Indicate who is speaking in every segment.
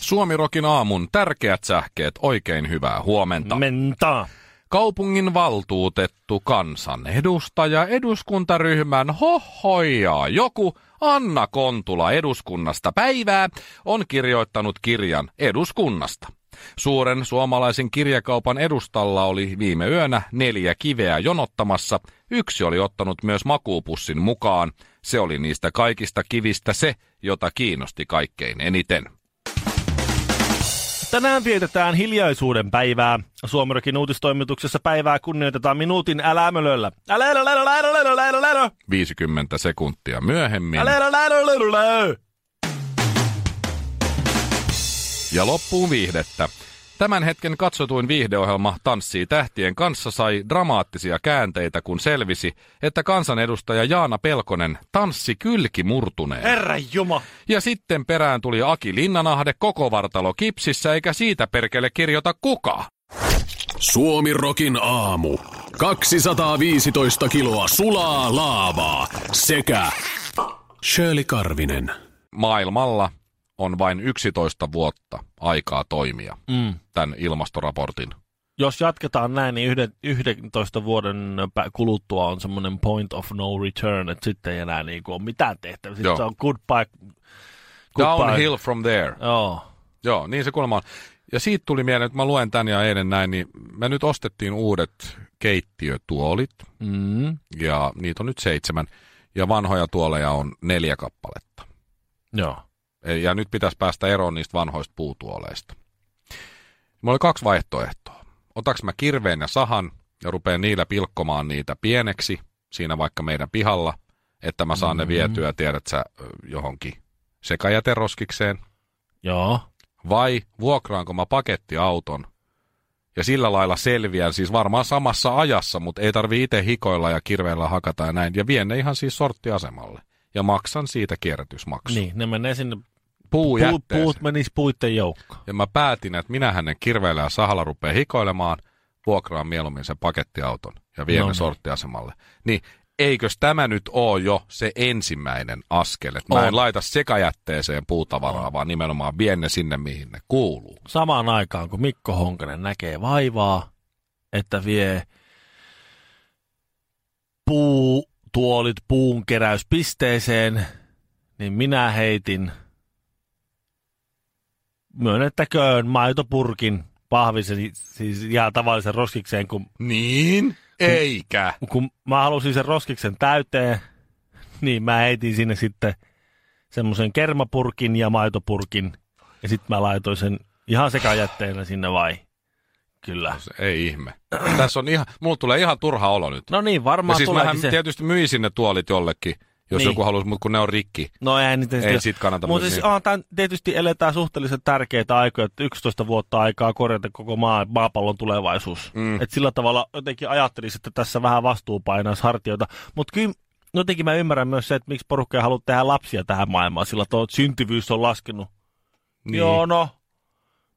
Speaker 1: Suomirokin aamun tärkeät sähkeet, oikein hyvää huomenta.
Speaker 2: Menta.
Speaker 1: Kaupungin valtuutettu kansanedustaja eduskuntaryhmän hohojaa joku Anna Kontula eduskunnasta päivää on kirjoittanut kirjan eduskunnasta. Suuren suomalaisen kirjakaupan edustalla oli viime yönä neljä kiveä jonottamassa. Yksi oli ottanut myös makuupussin mukaan. Se oli niistä kaikista kivistä se, jota kiinnosti kaikkein eniten.
Speaker 2: Tänään vietetään hiljaisuuden päivää. Suomerokin uutistoimituksessa päivää kunnioitetaan minuutin älämölöllä. Älä älä älä älä älä älä älä älä älä
Speaker 1: 50 sekuntia myöhemmin.
Speaker 2: älä älä älä älä
Speaker 1: Niin.
Speaker 2: älä.
Speaker 1: Ja loppuun viihdettä. Tämän hetken katsotuin viihdeohjelma Tanssii tähtien kanssa sai dramaattisia käänteitä, kun selvisi, että kansanedustaja Jaana Pelkonen tanssi kylki murtuneen.
Speaker 2: Herra Juma.
Speaker 1: Ja sitten perään tuli Aki Linnanahde koko vartalo kipsissä, eikä siitä perkele kirjoita kuka.
Speaker 3: Suomi Rokin aamu. 215 kiloa sulaa laavaa sekä Shirley Karvinen.
Speaker 1: Maailmalla on vain 11 vuotta aikaa toimia
Speaker 2: Mm.
Speaker 1: tämän ilmastoraportin.
Speaker 2: Jos jatketaan näin, niin yhden- 11 vuoden pä- kuluttua on semmoinen point of no return, että sitten ei enää niin kuin ole mitään tehtävää. Sitten
Speaker 1: Joo.
Speaker 2: se on goodbye. goodbye.
Speaker 1: Downhill from there.
Speaker 2: Joo.
Speaker 1: Joo, niin se kuulemma on. Ja siitä tuli mieleen, että mä luen tän ja eilen näin, niin me nyt ostettiin uudet keittiötuolit,
Speaker 2: Mm.
Speaker 1: ja niitä on nyt seitsemän, ja vanhoja tuoleja on neljä kappaletta.
Speaker 2: Joo.
Speaker 1: E- Ja nyt pitäisi päästä eroon niistä vanhoista puutuoleista. Mulla oli kaksi vaihtoehtoa. Otaks mä kirveen ja sahan ja rupean niillä pilkkomaan niitä pieneksi, siinä vaikka meidän pihalla, että mä saan mm-hmm. ne vietyä, tiedät sä, ö, johonkin sekajäteroskikseen,
Speaker 2: Joo.
Speaker 1: vai vuokraanko mä pakettiauton ja sillä lailla selviän, siis varmaan samassa ajassa, mutta ei tarvi itse hikoilla ja kirveellä hakata ja näin, ja vien ne ihan siis sorttiasemalle. Ja maksan siitä kierrätysmaksun.
Speaker 2: Niin, ne menee sinne. Puut,
Speaker 1: Puujätteeseen.
Speaker 2: puut menis puitten joukkoon.
Speaker 1: Ja mä päätin, että minä hänen kirveellä ja sahalla rupeaa hikoilemaan, vuokraan mieluummin sen pakettiauton ja vien
Speaker 2: No
Speaker 1: no, ne
Speaker 2: niin.
Speaker 1: sorttiasemalle. Niin eikös tämä nyt ole jo se ensimmäinen askel, että mä
Speaker 2: On.
Speaker 1: en laita sekajätteeseen puutavaraa, vaan nimenomaan vien ne sinne, mihin ne kuuluu.
Speaker 2: Samaan aikaan, kun Mikko Honkanen näkee vaivaa, että vie puutuolit puun keräyspisteeseen, niin minä heitin myönnettäköön maitopurkin pahvisen, siis ihan tavallisen roskikseen, kun
Speaker 1: Niin? Eikä.
Speaker 2: kun mä halusin sen roskiksen täyteen, niin mä heitin sinne sitten semmoisen kermapurkin ja maitopurkin. Ja sitten mä laitoin sen ihan sekajätteenä sinne vai?
Speaker 1: No
Speaker 2: Kyllä.
Speaker 1: Ei ihme. Tässä on ihan, mulla tulee ihan turha olo nyt.
Speaker 2: No niin,
Speaker 1: ja
Speaker 2: varmaan
Speaker 1: siis
Speaker 2: tuleekin
Speaker 1: mähän
Speaker 2: se.
Speaker 1: tietysti myisin ne tuolit jollekin, jos
Speaker 2: Niin.
Speaker 1: joku halusi, mutta kun ne on rikki.
Speaker 2: No ei niitä
Speaker 1: Ei sit kannata
Speaker 2: Mutta
Speaker 1: myös
Speaker 2: siis
Speaker 1: niin.
Speaker 2: on, tää, tietysti eletään suhteellisen tärkeitä aikoja, että 11 vuotta aikaa korjata koko maa, maapallon tulevaisuus.
Speaker 1: Mm.
Speaker 2: Et sillä tavalla jotenkin ajattelisin, että tässä vähän vastuu painaisi hartioita. Mutta kyllä jotenkin mä ymmärrän myös se, että miksi porukka ei halua tehdä lapsia tähän maailmaan, sillä tuo syntyvyys on laskenut. Niin. Joo, no.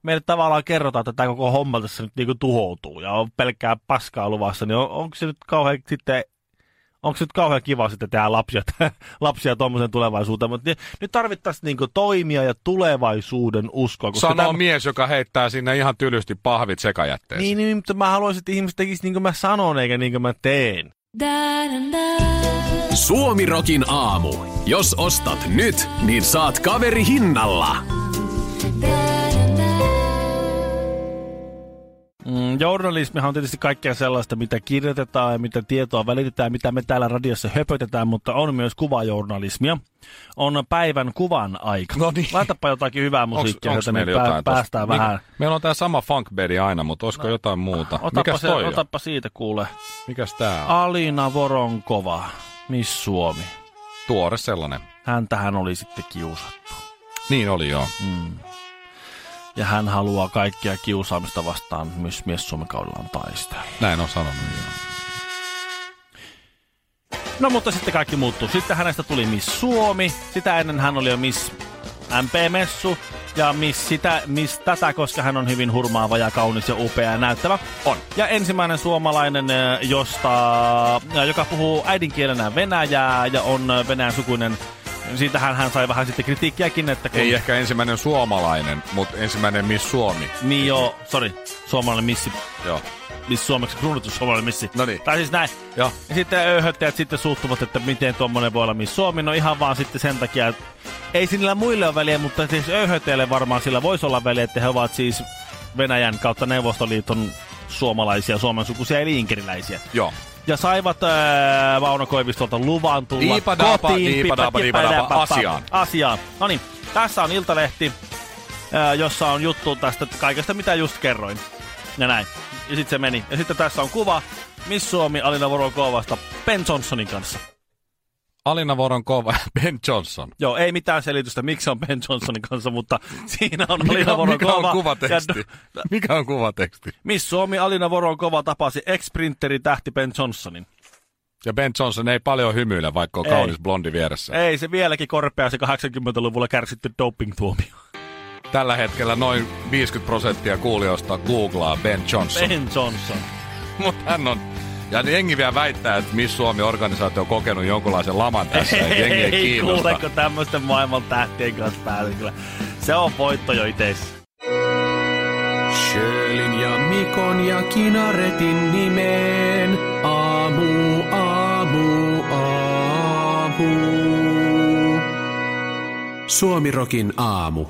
Speaker 2: Meille tavallaan kerrotaan, että tämä koko homma tässä nyt niinku tuhoutuu ja on pelkkää paskaa luvassa, niin on, onko se nyt kauhean sitten onko nyt kauhean kiva sitten tehdä lapsia, lapsia tuommoisen tulevaisuuteen, mutta ni- nyt tarvittaisiin niinku toimia ja tulevaisuuden uskoa. koska
Speaker 1: Sanoo
Speaker 2: tämä-
Speaker 1: mies, joka heittää sinne ihan tylysti pahvit sekajätteeseen.
Speaker 2: niin, niin, mutta mä haluaisin, että ihmiset tekisivät niin kuin mä sanon eikä niin kuin mä teen.
Speaker 3: Suomi Rokin aamu. Jos ostat nyt, niin saat kaveri hinnalla.
Speaker 2: Mm, journalismihan on tietysti kaikkea sellaista, mitä kirjoitetaan ja mitä tietoa välitetään, mitä me täällä radiossa höpötetään, mutta on myös kuvajournalismia. On päivän kuvan aika.
Speaker 1: No niin.
Speaker 2: Laitapa jotakin hyvää musiikkia,
Speaker 1: onks
Speaker 2: jotta me
Speaker 1: meillä jotain
Speaker 2: pää,
Speaker 1: tosta?
Speaker 2: päästään
Speaker 1: Mikä-
Speaker 2: vähän. No,
Speaker 1: Meillä on tää sama funkbedi aina, mutta olisiko jotain muuta?
Speaker 2: Otapa,
Speaker 1: Mikäs
Speaker 2: se,
Speaker 1: toi on?
Speaker 2: otapa siitä kuule.
Speaker 1: Mikäs tää on?
Speaker 2: Alina Voronkova, Miss Suomi.
Speaker 1: Tuore sellainen.
Speaker 2: Häntähän oli sitten kiusattu.
Speaker 1: Niin oli joo.
Speaker 2: Ja hän haluaa kaikkia kiusaamista vastaan myös mies Suomen kaudellaan taistella.
Speaker 1: Näin on sanonut. joo.
Speaker 2: No mutta sitten kaikki muuttuu. Sitten hänestä tuli Miss Suomi. Sitä ennen hän oli jo Miss MP-messu. Ja Miss sitä, Miss tätä, koska hän on hyvin hurmaava ja kaunis ja upea ja näyttävä. On. Ja ensimmäinen suomalainen, ö, josta, ö, joka puhuu äidinkielenä venäjää ja on ö, venäjän sukuinen. Siitähän hän sai vähän sitten kritiikkiäkin, että kun...
Speaker 1: Ei ehkä ensimmäinen suomalainen, mutta ensimmäinen Miss Suomi.
Speaker 2: Niin joo, sori, suomalainen missi
Speaker 1: Joo.
Speaker 2: missä suomeksi kruunattu suomalainen missi.
Speaker 1: No niin.
Speaker 2: Tai siis näin.
Speaker 1: Joo.
Speaker 2: Ja sitten öyhöttäjät sitten suuttuvat, että miten tuommoinen voi olla missä Suomi. No ihan vaan sitten sen takia, että ei sillä muille ole väliä, mutta siis öyhöttäjille varmaan sillä voisi olla väliä, että he ovat siis Venäjän kautta Neuvostoliiton suomalaisia, suomen sukuisia eli inkeriläisiä.
Speaker 1: Joo.
Speaker 2: Ja saivat ää, Mauno Koivistolta luvan tulla
Speaker 1: Diipadaapa,
Speaker 2: kotiin.
Speaker 1: diipadaapa,
Speaker 2: pipa, kipa,
Speaker 1: diipadaapa,
Speaker 2: dapa,
Speaker 1: asiaan.
Speaker 2: Asiaan. No niin, tässä on Iltalehti, ää, jossa on juttu tästä kaikesta, mitä just kerroin. Ja näin. Ja sitten se meni. Ja sitten tässä on kuva Miss Suomi Alina Vorokovasta Ben Johnsonin kanssa.
Speaker 1: Alina Voron kova Ben Johnson.
Speaker 2: Joo, ei mitään selitystä, miksi on Ben Johnsonin kanssa, mutta siinä on Alina
Speaker 1: Mikä, mikä
Speaker 2: Vorokova.
Speaker 1: on
Speaker 2: ja
Speaker 1: kuvateksti? Mikä on kuvateksti?
Speaker 2: Miss Suomi Alina Vorokova tapasi ex-printeri tähti Ben Johnsonin.
Speaker 1: Ja Ben Johnson ei paljon hymyile, vaikka on
Speaker 2: Ei.
Speaker 1: kaunis blondi vieressä.
Speaker 2: Ei se vieläkin korpea se 80-luvulla kärsitty doping-tuomio.
Speaker 1: Tällä hetkellä noin 50 prosenttia kuulijoista googlaa Ben Johnson.
Speaker 2: Ben Johnson.
Speaker 1: Mutta hän on... Ja niin jengi vielä väittää, että Miss Suomi-organisaatio on kokenut jonkunlaisen laman tässä. että Jengi ei
Speaker 2: Ei
Speaker 1: kiinnosta.
Speaker 2: kuuleko tämmöisten maailman tähtien kanssa päälle kyllä. Se on voitto jo itse.
Speaker 3: Sjölin ja Mikon ja Kinaretin nimeen. Aamu, aamu, aamu. Suomirokin aamu.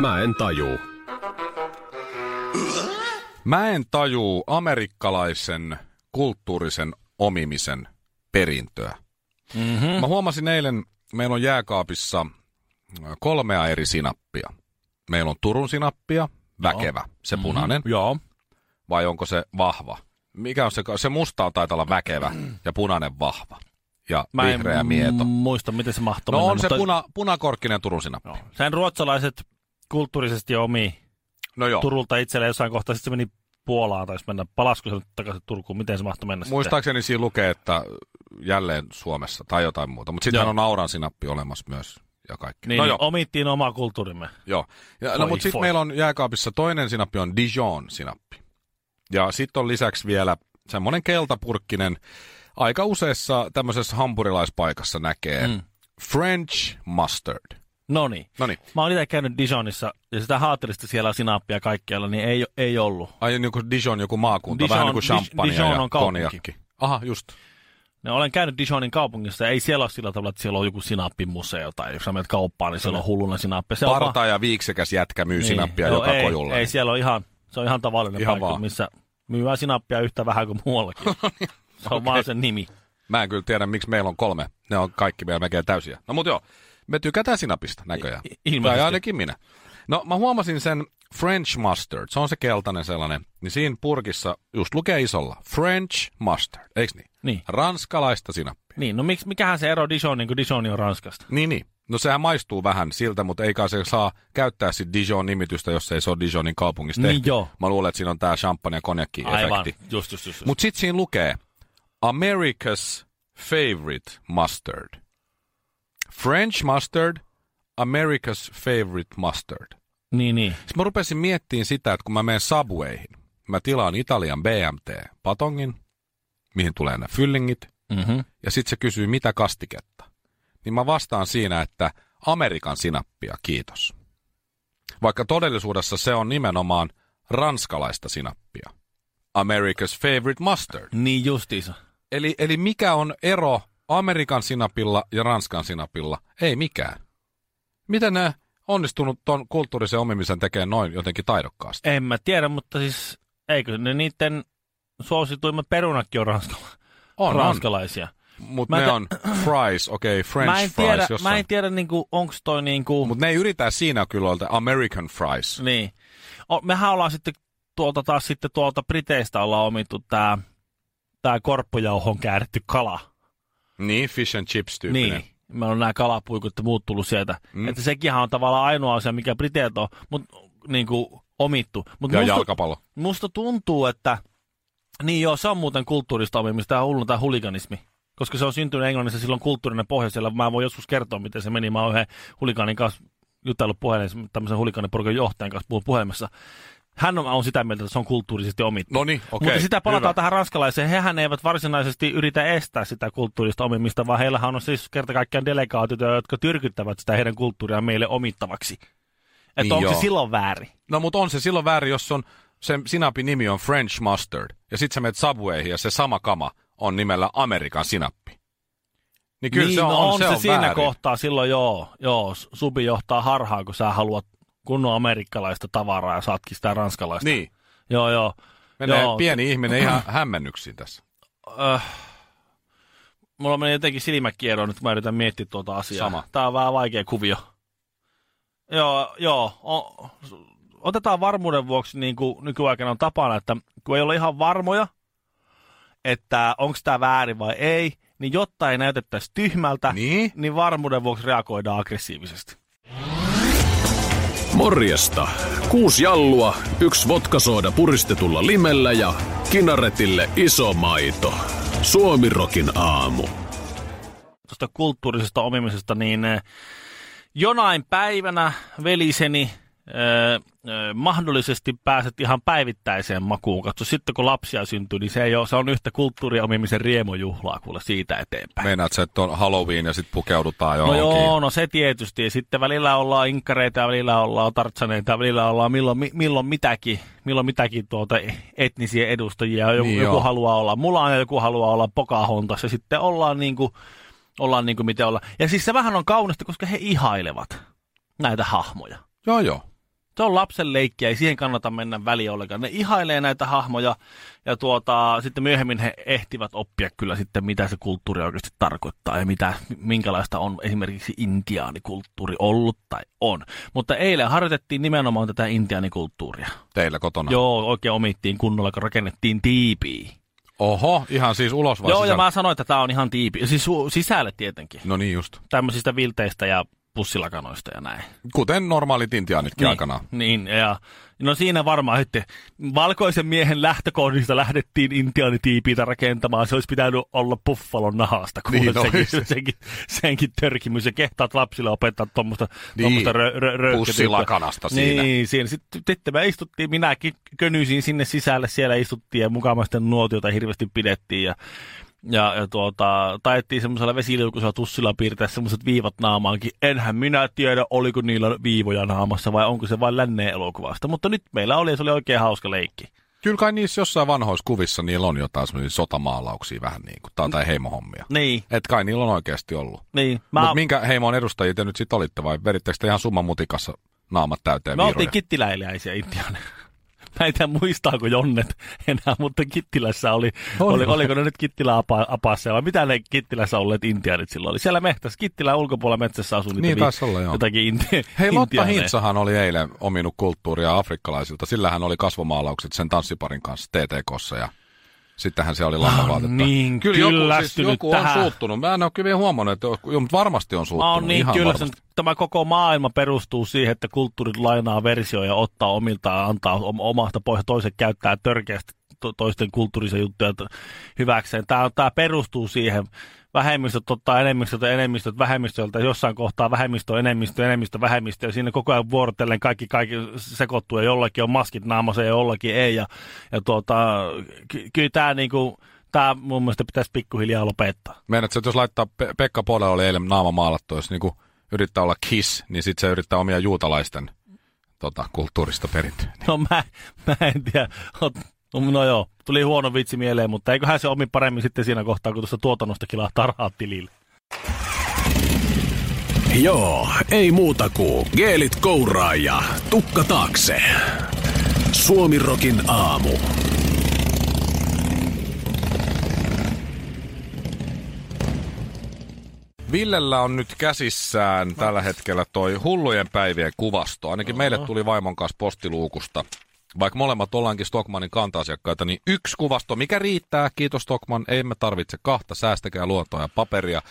Speaker 3: Mä en tajuu.
Speaker 1: Mä en tajuu amerikkalaisen kulttuurisen omimisen perintöä. Mm-hmm. Mä huomasin eilen, meillä on jääkaapissa kolmea eri sinappia. Meillä on Turun sinappia, väkevä, se punainen, mm-hmm.
Speaker 2: Joo.
Speaker 1: vai onko se vahva? Mikä on se, ka- se musta on taitaa olla väkevä ja punainen vahva ja
Speaker 2: Mä en
Speaker 1: vihreä mieto.
Speaker 2: m- muista, miten se mahtoi
Speaker 1: No
Speaker 2: mennä,
Speaker 1: on se puna, punakorkkinen Turun sinappi.
Speaker 2: Joo. Sen ruotsalaiset kulttuurisesti omi
Speaker 1: No joo.
Speaker 2: Turulta itselle jossain kohtaa. Sitten se meni Puolaan, taisi mennä. Palasko se nyt takaisin Turkuun? Miten se mahtoi mennä
Speaker 1: Muistaakseni siinä lukee, että jälleen Suomessa tai jotain muuta. Mutta sitten
Speaker 2: Joo.
Speaker 1: on auran sinappi olemassa myös ja kaikki.
Speaker 2: sitten? Niin,
Speaker 1: no
Speaker 2: no
Speaker 1: joo,
Speaker 2: omittiin omaa kulttuurimme.
Speaker 1: joo. Ja, no,
Speaker 2: Voi
Speaker 1: mutta sitten
Speaker 2: voi.
Speaker 1: meillä on jääkaapissa toinen sinappi on Dijon-sinappi. Ja sitten on lisäksi vielä semmoinen keltapurkkinen. Aika useassa tämmöisessä hampurilaispaikassa näkee mm. French mustard.
Speaker 2: No niin.
Speaker 1: No niin,
Speaker 2: Mä oon itse käynyt Dijonissa ja sitä haaterista siellä sinappia kaikkialla, niin ei, ei ollut.
Speaker 1: ai niin kuin Dijon joku maakunta,
Speaker 2: Dijon-
Speaker 1: vähän niin kuin champagne
Speaker 2: Dijon
Speaker 1: ja
Speaker 2: on kaupunki.
Speaker 1: konjakki. Aha, just.
Speaker 2: No, olen käynyt Dijonin kaupungissa ja ei siellä ole sillä tavalla, että siellä on joku sinappimuseo tai jos sä menet kauppaan, niin siellä on hulluna sinappi. Se on vaan-
Speaker 1: Parta ja viiksekäs jätkä myy niin. sinappia
Speaker 2: Joo,
Speaker 1: joka
Speaker 2: ei,
Speaker 1: kojulla.
Speaker 2: Ei, siellä on ihan, se on ihan tavallinen
Speaker 1: Ihan
Speaker 2: ihan paikka,
Speaker 1: vaan.
Speaker 2: vaan. missä myyvää sinappia yhtä vähän kuin muuallakin. se on vaan sen nimi.
Speaker 1: Mä en kyllä tiedä, miksi meillä on kolme. Ne on kaikki meillä melkein täysiä. No mut joo, me tykätään sinapista näköjään.
Speaker 2: I- ilmeisesti.
Speaker 1: tai ainakin minä. No mä huomasin sen French mustard, se on se keltainen sellainen, niin siinä purkissa just lukee isolla French mustard, eiks niin?
Speaker 2: Niin.
Speaker 1: Ranskalaista sinappia.
Speaker 2: Niin, no miksi, mikähän se ero Dijoniin, kun Dijoni on Ranskasta?
Speaker 1: Niin, niin. No sehän maistuu vähän siltä, mutta eikä se saa käyttää sit Dijon-nimitystä, jos ei se ole Dijonin kaupungista
Speaker 2: Niin
Speaker 1: tehty.
Speaker 2: joo.
Speaker 1: Mä luulen, että siinä on tää champagne ja konjakki-efekti.
Speaker 2: just, just, just. Mut,
Speaker 1: Mutta sitten siinä lukee America's favorite mustard. French mustard, America's favorite mustard.
Speaker 2: niin, niin.
Speaker 1: Sitten mä rupesin miettimään sitä, että kun mä menen Subwayhin, mä tilaan Italian BMT-patongin, mihin tulee nämä fyllingit,
Speaker 2: Mm-hmm.
Speaker 1: ja sitten se kysyy, mitä kastiketta. Niin mä vastaan siinä, että Amerikan sinappia, kiitos. Vaikka todellisuudessa se on nimenomaan ranskalaista sinappia. America's favorite mustard.
Speaker 2: Niin justiinsa.
Speaker 1: Eli, eli mikä on ero Amerikan sinapilla ja Ranskan sinapilla? Ei mikään. Miten nämä onnistunut ton kulttuurisen omimisen tekee noin jotenkin taidokkaasti?
Speaker 2: En mä tiedä, mutta siis eikö ne niiden suosituimmat perunakin on ranskala-
Speaker 1: On, on.
Speaker 2: ranskalaisia?
Speaker 1: Mutta
Speaker 2: Mä
Speaker 1: ne
Speaker 2: tä-
Speaker 1: on fries, okei, okay, french
Speaker 2: mä en
Speaker 1: fries
Speaker 2: tiedä, mä
Speaker 1: jossain.
Speaker 2: en tiedä niinku, onko toi niinku...
Speaker 1: Mutta ne ei yritä siinä kyllä olla American fries.
Speaker 2: Niin. O, mehän ollaan sitten tuolta taas sitten tuolta Briteistä ollaan omittu tää, tää korppujauhon kääritty kala.
Speaker 1: Niin, fish and chips tyyppinen.
Speaker 2: Mm. Niin. meillä on nämä kalapuikut ja muut tullut sieltä. Mm. Että sekinhän on tavallaan ainoa asia, mikä Briteiltä on mut, niin kuin, omittu. Mut
Speaker 1: Ja
Speaker 2: musta-
Speaker 1: jalkapallo.
Speaker 2: Musta tuntuu, että... Niin joo, se on muuten kulttuurista omimista, tämä hullun tämä huliganismi. Koska se on syntynyt Englannissa silloin kulttuurinen pohja siellä. Mä voin joskus kertoa, miten se meni. Mä oon yhden hulikaanin kanssa jutellut puhelimessa, tämmöisen huligaaniporukan johtajan kanssa puhun puhelimessa. Hän on, on sitä mieltä, että se on kulttuurisesti omittu.
Speaker 1: No niin, okei.
Speaker 2: Mutta sitä palataan
Speaker 1: hyvä.
Speaker 2: Hyvä. tähän ranskalaiseen. Hehän eivät varsinaisesti yritä estää sitä kulttuurista omimista, vaan heillähän on siis kerta kaikkiaan delegaatioita, jotka tyrkyttävät sitä heidän kulttuuriaan meille omittavaksi. Että
Speaker 1: Niin
Speaker 2: niin onko
Speaker 1: joo.
Speaker 2: se silloin väärin?
Speaker 1: No mutta on se silloin väärin, jos on, sen sinapin nimi on French Mustard, ja sit sä menet Subwayhin ja se sama kama on nimellä Amerikan sinappi. Niin kyllä
Speaker 2: niin,
Speaker 1: se on,
Speaker 2: no on se,
Speaker 1: on
Speaker 2: siinä
Speaker 1: väärin.
Speaker 2: kohtaa silloin, joo, joo, s- subi johtaa harhaan, kun sä haluat kunnon amerikkalaista tavaraa ja saatkin sitä ranskalaista.
Speaker 1: Niin,
Speaker 2: Joo, joo.
Speaker 1: menee
Speaker 2: joo.
Speaker 1: pieni ihminen ihan hämmennyksiin tässä.
Speaker 2: Öh, mulla meni jotenkin silmäkierroon nyt, kun mä yritän miettiä tuota asiaa.
Speaker 1: Sama.
Speaker 2: Tää on vähän vaikea kuvio. Joo, joo. O- otetaan varmuuden vuoksi, niin kuin nykyaikana on tapana, että kun ei ole ihan varmoja, että onko tämä väärin vai ei, niin jotta ei näytettäisi tyhmältä,
Speaker 1: Niin?
Speaker 2: niin varmuuden vuoksi reagoidaan aggressiivisesti.
Speaker 3: Morjesta. Kuusi jallua, yksi vodkasooda puristetulla limellä ja kinaretille iso maito. Suomirokin aamu.
Speaker 2: tuosta kulttuurisesta omimisesta, niin eh, jonain päivänä veliseni eh, eh, mahdollisesti pääset ihan päivittäiseen makuun. Katso, sitten kun lapsia syntyy, niin se, ei ole, se on yhtä kulttuurin omimisen riemujuhlaa kuule siitä eteenpäin.
Speaker 1: Meinaat sä, että on Halloween ja sit pukeudutaan
Speaker 2: No
Speaker 1: johonkin.
Speaker 2: joo, no se tietysti. Ja sitten välillä ollaan inkkareita, ja välillä ollaan tartsaneita, ja välillä ollaan milloin, mi- milloin mitäkin, milloin mitäkin tuota etnisiä edustajia. Joku,
Speaker 1: Niin
Speaker 2: niin joku
Speaker 1: joo.
Speaker 2: haluaa olla mulana, joku haluaa olla pokahontas, ja sitten ollaan niin kuin, ollaan niin kuin miten ollaan. Ja siis se vähän on kaunista, koska he ihailevat näitä hahmoja.
Speaker 1: Joo, joo.
Speaker 2: Se on lapsen leikkiä, ei siihen kannata mennä väliin ollenkaan. Ne ihailee näitä hahmoja ja tuota, sitten myöhemmin he ehtivät oppia kyllä sitten, mitä se kulttuuri oikeasti tarkoittaa ja mitä, minkälaista on esimerkiksi intiaanikulttuuri ollut tai on. Mutta eilen harjoitettiin nimenomaan tätä intiaanikulttuuria.
Speaker 1: Teillä kotona.
Speaker 2: Joo, oikein omittiin kunnolla, kun rakennettiin tiipiä.
Speaker 1: Oho, ihan siis ulos vai
Speaker 2: Joo, ja
Speaker 1: sisällä?
Speaker 2: mä sanoin, että tämä on ihan tiipi. Siis su- sisälle tietenkin.
Speaker 1: No niin just.
Speaker 2: Tämmöisistä vilteistä ja pussilakanoista ja näin.
Speaker 1: Kuten normaalit intiaanitkin niin. aikanaan.
Speaker 2: Niin, ja no siinä varmaan sitten valkoisen miehen lähtökohdista lähdettiin intiaanitiipiitä rakentamaan. Se olisi pitänyt olla buffalon nahasta, kun
Speaker 1: Niin
Speaker 2: niin,
Speaker 1: olisi.
Speaker 2: senkin, senkin, senkin törkimys. Ja kehtaat lapsille opettaa tuommoista
Speaker 1: Niin,
Speaker 2: niin. rö, rö, rö,
Speaker 1: pussilakanasta siinä.
Speaker 2: Niin, siinä. Sitten, sitten me istuttiin, minäkin könyisin sinne sisälle, siellä istuttiin ja mukavasti nuotiota hirveästi pidettiin. Ja ja, ja tuota, taettiin semmoisella vesiliukusella tussilla piirtää semmoiset viivat naamaankin. Enhän minä tiedä, oliko niillä viivoja naamassa vai onko se vain länneen elokuvasta. Mutta nyt meillä oli ja se oli oikein hauska leikki.
Speaker 1: Kyllä kai niissä jossain vanhoissa kuvissa niillä on jotain semmoisia sotamaalauksia vähän niin kuin, tai, tai heimohommia.
Speaker 2: Niin,
Speaker 1: Et kai niillä on oikeasti ollut.
Speaker 2: niin.
Speaker 1: Mä...
Speaker 2: Mä,
Speaker 1: Mutta minkä heimon edustajia te nyt sit olitte vai verittekö te ihan summan mutikassa naamat täyteen
Speaker 2: me oltiin
Speaker 1: viiroja?
Speaker 2: kittiläiläisiä Intiaan. Mä en tiedä muistaako Jonnet enää, mutta Kittilässä oli, oli oliko ne nyt Kittilä-apassa vai mitä ne Kittilässä olleet intiaanit silloin oli. Siellä mehtässä, Kittilän ulkopuolella metsässä asui niitä
Speaker 1: Niin
Speaker 2: vi-
Speaker 1: taisi olla, joo.
Speaker 2: jotakin inti-
Speaker 1: Hei, Lotta
Speaker 2: intiaaneja.
Speaker 1: Hintsahan oli eilen ominut kulttuuria afrikkalaisilta. Sillähän oli kasvomaalaukset sen tanssiparin kanssa TTKssa ja sittenhän se oli lannavaatetta.
Speaker 2: niin
Speaker 1: joku, siis,
Speaker 2: kyllästynyt
Speaker 1: joku on
Speaker 2: tähän.
Speaker 1: suuttunut. Mä en ole kyllä vielä huomannut, että joo, mutta varmasti on suuttunut.
Speaker 2: Mä oon niin
Speaker 1: ihan
Speaker 2: kyllä,
Speaker 1: varmasti.
Speaker 2: tämä koko maailma perustuu siihen, että kulttuurit lainaa versioja, ottaa omiltaan, antaa om- omasta pois ja toiset käyttää törkeästi to- toisten kulttuurisia juttuja t- hyväkseen. Tämä, tämä perustuu siihen. Vähemmistöt ottaa enemmistöt ja enemmistöt vähemmistöltä, jossain kohtaa vähemmistö, enemmistö, enemmistö, vähemmistö, ja siinä koko ajan vuorotellen kaikki, kaikki sekoittuu, ja jollakin on maskit naamassa ja jollakin ei, ja, ja tuota, ky- kyllä tämä, niinku, tämä mun mielestä pitäisi pikkuhiljaa lopettaa.
Speaker 1: Meinaatko, että jos laittaa Pe- Pekka Pole oli eilen naama maalattu, jos niinku yrittää olla kiss, niin sit se yrittää omia juutalaisten tota, kulttuurista perinteitä.
Speaker 2: No mä, mä en tiedä. Oot- No joo, tuli huono vitsi mieleen, mutta eiköhän se omi paremmin sitten siinä kohtaa, kun tuosta tuotannosta kilahtaa rahat tilille.
Speaker 3: Joo, ei muuta kuin geelit kouraa ja tukka taakse. Suomirokin aamu.
Speaker 1: Villellä on nyt käsissään tällä hetkellä toi hullujen päivien kuvasto. Ainakin meille tuli vaimon kanssa postiluukusta Vaikka molemmat ollaankin Stockmanin kanta-asiakkaita, niin yksi kuvasto, mikä riittää, kiitos Stockman, ei me tarvitse kahta, säästäkää luontoa ja paperia.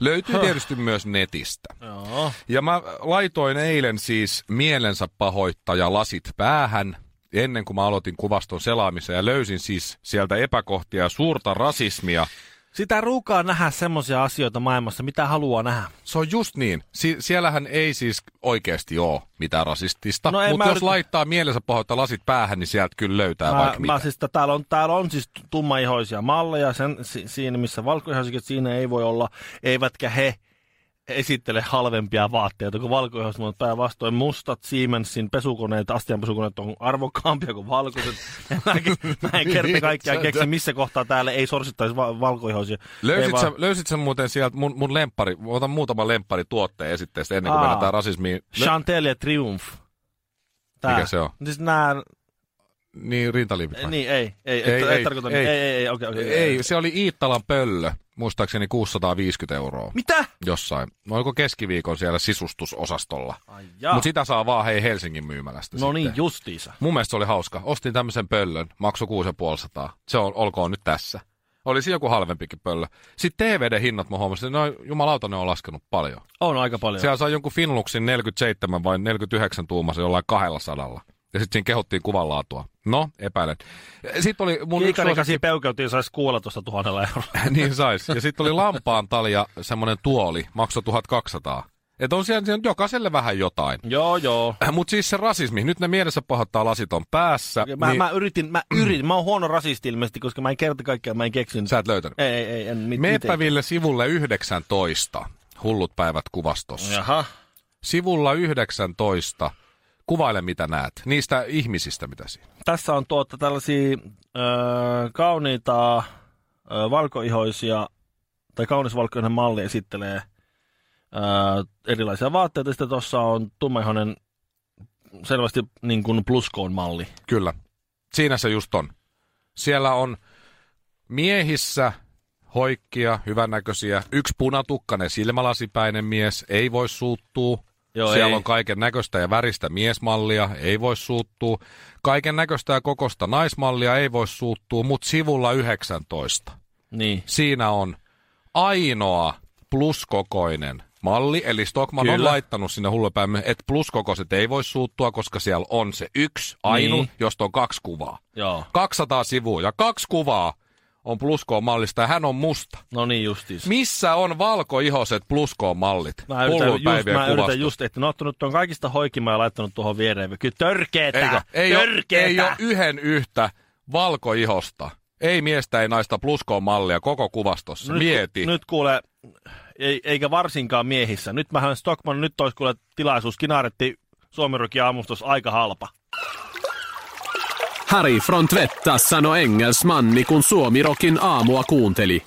Speaker 1: Löytyy tietysti myös netistä.
Speaker 2: Joo.
Speaker 1: Ja mä laitoin eilen siis mielensä pahoittaja lasit päähän ennen kuin mä aloitin kuvaston selaamisen ja löysin siis sieltä epäkohtia ja suurta rasismia.
Speaker 2: Sitä ruukaa nähdä semmoisia asioita maailmassa, mitä haluaa nähdä.
Speaker 1: Se on just niin. Si- siellähän ei siis oikeasti ole mitään rasistista,
Speaker 2: No
Speaker 1: no
Speaker 2: en
Speaker 1: mutta
Speaker 2: mä
Speaker 1: jos
Speaker 2: yritä-
Speaker 1: laittaa mielensä pahoittaa lasit päähän, niin sieltä kyllä löytää mä,
Speaker 2: Mä,
Speaker 1: vaikka
Speaker 2: mä
Speaker 1: mitä.
Speaker 2: siis, että täällä, on, täällä on siis tummaihoisia malleja sen, si, siinä, missä valkoihoiset siinä ei voi olla, eivätkä he esittele halvempia vaatteita kuin valkoihoiset, mutta päinvastoin mustat Siemensin pesukoneet, astianpesukoneet on arvokkaampia kuin valkoiset. mä, en- mä en
Speaker 1: Niin,
Speaker 2: kerta kaikkiaan keksi, missä kohtaa täällä ei sorsittaisi va- valkoihoisia. Ei
Speaker 1: Löysit,
Speaker 2: vaan-
Speaker 1: sä, löysit sä muuten sieltä mun, mun lemppari, mä otan muutaman lemppari tuotteen esitteestä ennen kuin
Speaker 2: Aa.
Speaker 1: mennään rasismiin. Lö-
Speaker 2: Chantel ja Triumph.
Speaker 1: Mikä se on?
Speaker 2: Siis nää,
Speaker 1: niin, rintaliivit vai?
Speaker 2: niin ei,
Speaker 1: Ei,
Speaker 2: ei, ei, ei,
Speaker 1: ei,
Speaker 2: ei, tarkoita,
Speaker 1: ei.
Speaker 2: ei, ei, ei, okei, okei.
Speaker 1: Ei, se oli Iittalan pöllö, muistaakseni 650 euroa
Speaker 2: Mitä?
Speaker 1: jossain. No Oliko keskiviikon siellä sisustusosastolla?
Speaker 2: Ai
Speaker 1: Mutta sitä saa vaan hei Helsingin myymälästä
Speaker 2: No niin,
Speaker 1: sitten.
Speaker 2: justiisa.
Speaker 1: Mun mielestä se oli hauska. Ostin tämmöisen pöllön, maksu 6500. Se on, olkoon nyt tässä. Olisi joku halvempikin pöllö. Sitten TVD hinnat mä huomasin, että no jumalauta ne on laskenut paljon.
Speaker 2: On aika paljon.
Speaker 1: Siellä sai jonkun Finluxin 47 vai 49 tuumassa jollain 200. Ja sitten siinä kehottiin kuvanlaatua. No, epäilen. Sitten oli mun yksi
Speaker 2: Kiikarikasi suosikki... peukeltiin, saisi kuolla tuosta tuhannella eurolla.
Speaker 1: niin sais. Ja sitten oli lampaan talja semmoinen tuoli, maksoi 1200. Että on siellä, siellä jokaiselle vähän jotain.
Speaker 2: joo, joo.
Speaker 1: Mutta siis se rasismi, nyt ne mielessä pahoittaa lasit on päässä.
Speaker 2: Mä, niin... mä yritin, mä yritin, mä oon huono rasisti ilmeisesti, koska mä en kerta kaikkiaan, mä en keksinyt.
Speaker 1: Sä et löytänyt.
Speaker 2: Ei, ei, ei, en mit,
Speaker 1: Meepä Ville sivulle 19, hullut päivät kuvastossa.
Speaker 2: Jaha.
Speaker 1: Sivulla 19, kuvaile mitä näet, niistä ihmisistä mitä siinä.
Speaker 2: Tässä on tuota tällaisia ö, kauniita ö, valkoihoisia, tai kaunis valkoinen malli esittelee ö, erilaisia vaatteita. Sitten tuossa on tummaihoinen selvästi niin kuin pluskoon malli.
Speaker 1: Kyllä, siinä se just on. Siellä on miehissä hoikkia, hyvännäköisiä, yksi punatukkainen silmälasipäinen mies, ei voi suuttua.
Speaker 2: Joo,
Speaker 1: Siellä
Speaker 2: ei.
Speaker 1: on kaiken näköistä ja väristä miesmallia, ei voi suuttua. Kaiken näköistä ja kokosta naismallia ei voi suuttua, mutta sivulla 19.
Speaker 2: Niin.
Speaker 1: siinä on ainoa pluskokoinen malli, eli Stockman Kyllä. on
Speaker 2: Kyllä.
Speaker 1: laittanut sinne hullupäämme, että pluskokoiset ei voi suuttua, koska siellä on se yksi ainu, niin.
Speaker 2: Niin.
Speaker 1: josta on kaksi kuvaa.
Speaker 2: Joo.
Speaker 1: 200 sivua ja kaksi kuvaa on pluskoon mallista ja hän on musta.
Speaker 2: No niin justiis.
Speaker 1: Missä on valkoihoiset pluskoon mallit?
Speaker 2: Mä yritän, just,
Speaker 1: Hullunpäivien
Speaker 2: mä
Speaker 1: kuvasto.
Speaker 2: yritän just, että ne on ottanut tuon kaikista hoikimaan ja laittanut tuohon viereen. Kyllä törkeetä!
Speaker 1: Eikö? Ei, ole,
Speaker 2: törkeetä!
Speaker 1: ei ole yhden yhtä valkoihosta. Ei miestä, ei naista pluskoon mallia koko kuvastossa.
Speaker 2: nyt,
Speaker 1: Mieti.
Speaker 2: Nyt kuule, ei, eikä varsinkaan miehissä. Nyt mähän Stockman, nyt olisi kuule tilaisuus. Kinaaretti Suomirokin aamustus aika halpa.
Speaker 3: Harry Frontvettas sanoi engelsmanni, kun Suomirokin aamua kuunteli.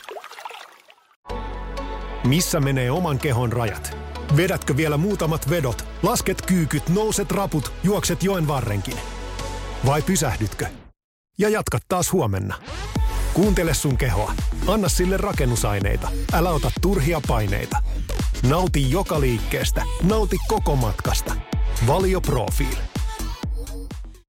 Speaker 4: Missä menee oman kehon rajat? Vedätkö vielä muutamat vedot, lasket kyykyt, nouset raput, juokset joen varrenkin? Vai pysähdytkö? Ja jatka taas huomenna. Kuuntele sun kehoa. Anna sille rakennusaineita. Älä ota turhia paineita. Nauti joka liikkeestä. Nauti koko matkasta. Valio Profiili.